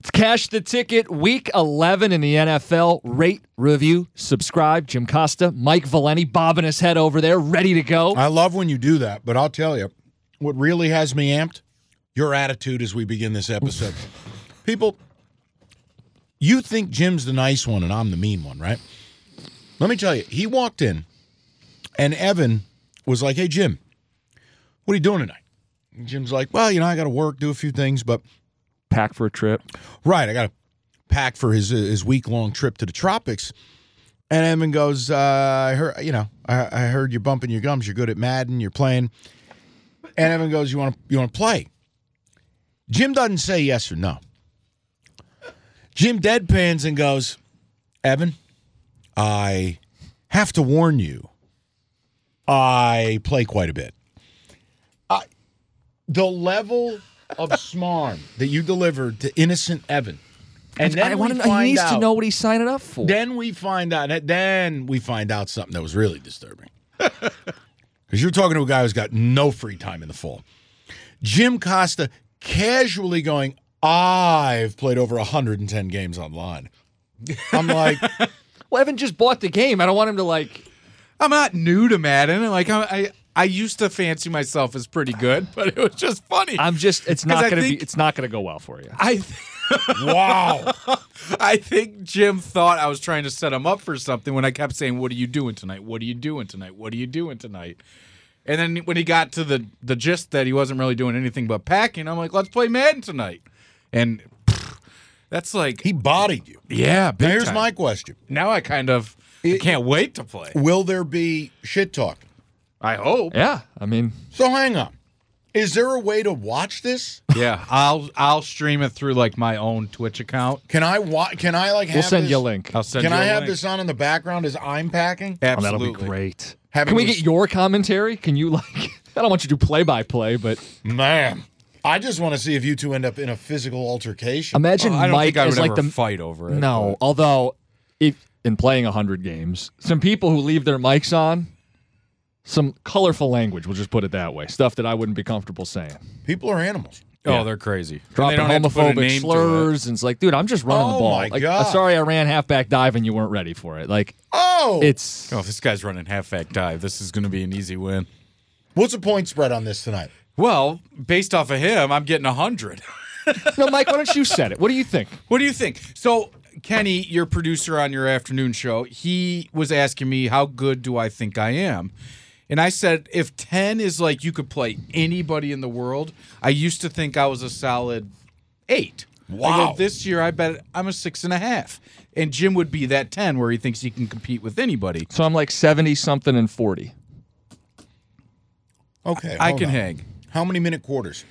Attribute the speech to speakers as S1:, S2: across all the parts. S1: It's Cash the Ticket, Week 11 in the NFL. Rate, review, subscribe. Jim Costa, Mike Valeni, bobbing his head over there, ready to go.
S2: I love when you do that, but I'll tell you, what really has me amped, your attitude as we begin this episode. People, you think Jim's the nice one and I'm the mean one, right? Let me tell you, he walked in and Evan was like, Hey, Jim, what are you doing tonight? And Jim's like, Well, you know, I got to work, do a few things, but
S1: Pack for a trip.
S2: Right. I got to pack for his his week long trip to the tropics. And Evan goes, uh, I heard, you know, I, I heard you bumping your gums. You're good at Madden. You're playing. And Evan goes, you want to you want to play? Jim doesn't say yes or no. Jim deadpans and goes, Evan, I have to warn you. I play quite a bit. I, the level of smarm that you delivered to innocent Evan, and then
S1: I
S2: we
S1: wanna know-
S2: find
S1: he needs to
S2: out-
S1: know what he's signing up for.
S2: Then we find out. Then we find out something that was really disturbing. Because you're talking to a guy who's got no free time in the fall. Jim Costa casually going, "I've played over 110 games online." I'm like,
S1: well, Evan just bought the game. I don't want him to, like,
S3: I'm not new to Madden. Like I, I, I used to fancy myself as pretty good, but it was just funny.
S1: I'm just, it's not
S3: 'Cause I
S1: going to be,
S3: think-
S1: it's not going to go well for you.
S3: I, th-
S2: "Wow."
S3: I think Jim thought I was trying to set him up for something when I kept saying, "What are you doing tonight? What are you doing tonight? What are you doing tonight?" And then when he got to the the gist that he wasn't really doing anything but packing, I'm like, "Let's play Madden tonight," and pfft, that's like,
S2: He bodied you.
S3: yeah. Big
S2: Now, here's
S3: time.
S2: my question:
S3: Now I kind of I can't wait to play.
S2: Will there be shit talk?
S3: I hope.
S1: Yeah. I mean,
S2: So hang on. Is there a way to watch this?
S3: Yeah, I'll I'll stream it through like my own Twitch account.
S2: Can I watch? Can I like? Have
S1: we'll send
S2: this-
S1: you a link.
S3: I'll send
S2: Can
S3: you
S2: I
S3: a
S2: have
S3: link.
S2: this on in the background as I'm packing?
S1: Oh, that'll
S3: Absolutely.
S1: be great.
S2: Having
S1: Can we
S2: this-
S1: get your commentary? Can you, like, I don't want you to do play by play, but
S2: Man, I just want to see if you two end up in a physical altercation.
S1: imagine
S3: Oh, I don't
S1: Mike
S3: think I would
S1: is like
S3: ever
S1: the
S3: fight over it.
S1: No, although if in playing 100 games, some people who leave their mics on, some colorful language, we'll just put it that way, stuff that I wouldn't be comfortable saying.
S2: People are animals.
S3: but-
S1: Yeah.
S3: Oh, they're crazy.
S1: Dropping
S3: And they don't have to put a
S1: homophobic
S3: name to it.
S1: slurs, and it's like, dude, I'm just running the
S2: Oh
S1: ball.
S2: my
S1: like,
S2: God.
S1: "Uh, sorry, I ran halfback dive and you weren't ready for it. Like,
S2: Oh,
S1: it's
S3: Oh, this guy's running halfback dive. This is going to be an easy win.
S2: what's the point spread on this tonight?
S3: Well, based off of him, I'm getting 100.
S1: no, Mike. Why don't you set it? What do you think?
S3: what do you think? So, Kenny, your producer on your afternoon show, he was asking me, How good do I think I am? And I said, If 10 is like you could play anybody in the world, I used to think I was a solid eight.
S2: Wow.
S3: I go, this year, I bet I'm a six and a half. And Jim would be that 10 where he thinks he can compete with anybody.
S1: So I'm like 70 something and 40.
S2: Okay,
S3: I
S2: hold
S3: can
S2: on.
S3: hang.
S2: How many minute quarters?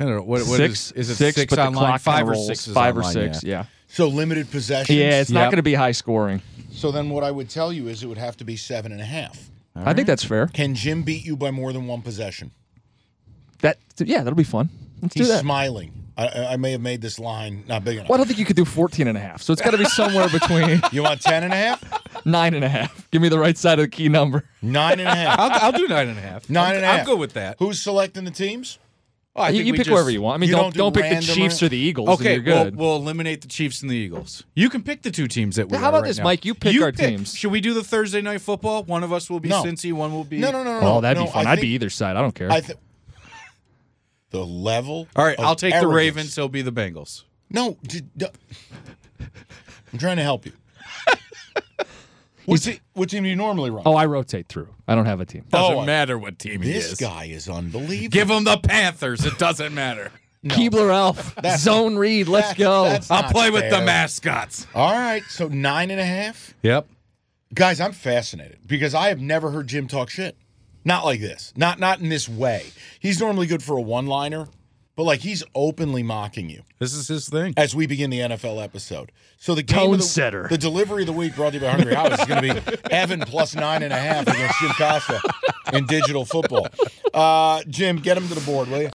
S3: I don't know. What, what
S1: six
S3: is, is it
S1: six,
S3: six,
S1: but
S3: online?
S1: the clock
S3: five
S1: kinda
S3: or
S1: rolls.
S3: six is
S1: five or
S3: online,
S1: six. Yeah,
S2: So limited possessions.
S1: yeah. it's not
S3: Yep.
S1: going to be high scoring.
S2: So then, what I would tell you is it would have to be seven and a half.
S1: I think that's fair.
S2: Can Jim beat you by more than one possession?
S1: That yeah, that'll be fun. Let's do
S2: He's
S1: that.
S2: smiling. I- I, I may have made this line not big enough.
S1: Well, I don't think you could do 14 and a half. So it's got to be somewhere between
S2: You want ten and a half?
S1: nine and a half. Give me the right side of the key number.
S2: Nine and a half.
S3: I'll, I'll do nine and a half.
S2: Nine
S3: I'm,
S2: and a half.
S3: I'm good with that.
S2: Who's selecting the teams?
S3: Oh, I
S1: you
S3: think
S1: you
S3: we
S1: pick
S3: just-
S1: whoever you want. I mean,
S2: you
S1: don't,
S2: don't
S1: don't
S2: do
S1: pick the
S2: random
S1: Chiefs
S2: or-
S1: or the Eagles. and
S3: Okay,
S1: you're good.
S3: We'll, we'll eliminate the Chiefs and the Eagles. You can pick the two teams that we.
S1: How
S3: are
S1: about
S3: right
S1: this,
S3: now.
S1: Mike? You pick
S3: You
S1: our teams.
S3: Should we do the Thursday night football? One of us will be
S2: No.
S3: Cincy, one will be.
S2: No, no, no, no.
S1: oh,
S2: no.
S1: that'd
S2: no,
S1: be fun.
S2: I
S1: I'd be
S2: think-
S1: either side. I don't care.
S2: I th- The level.
S3: All right,
S2: of
S3: I'll take
S2: arrogance.
S3: the Ravens. He'll be the Bengals.
S2: No, d- d- I'm trying to help you. what, te- what team do you normally run?
S1: Oh, I rotate through. I don't have a team.
S3: Doesn't
S2: Oh, I-
S3: matter what team he
S2: this
S3: is.
S2: guy is unbelievable.
S3: Give him the Panthers. It doesn't matter.
S1: Keebler Elf, zone read. Let's
S2: that's-
S1: go.
S2: that's-
S3: I'll
S2: Not
S3: play with the
S2: fair.
S3: mascots.
S2: All right, so nine and a half.
S3: Yep.
S2: Guys, I'm fascinated because I have never heard Jim talk shit. Not like this. Not not in this way. He's normally good for a one-liner, but like he's openly mocking you
S3: This is his thing.
S2: as we begin the NFL episode. So the game
S1: Tone
S2: of the,
S1: setter.
S2: the delivery of the week brought to you by Hungry House is going to be Evan plus nine and a half against Jim Costa in digital football. Uh, Jim, get him to the board, will you?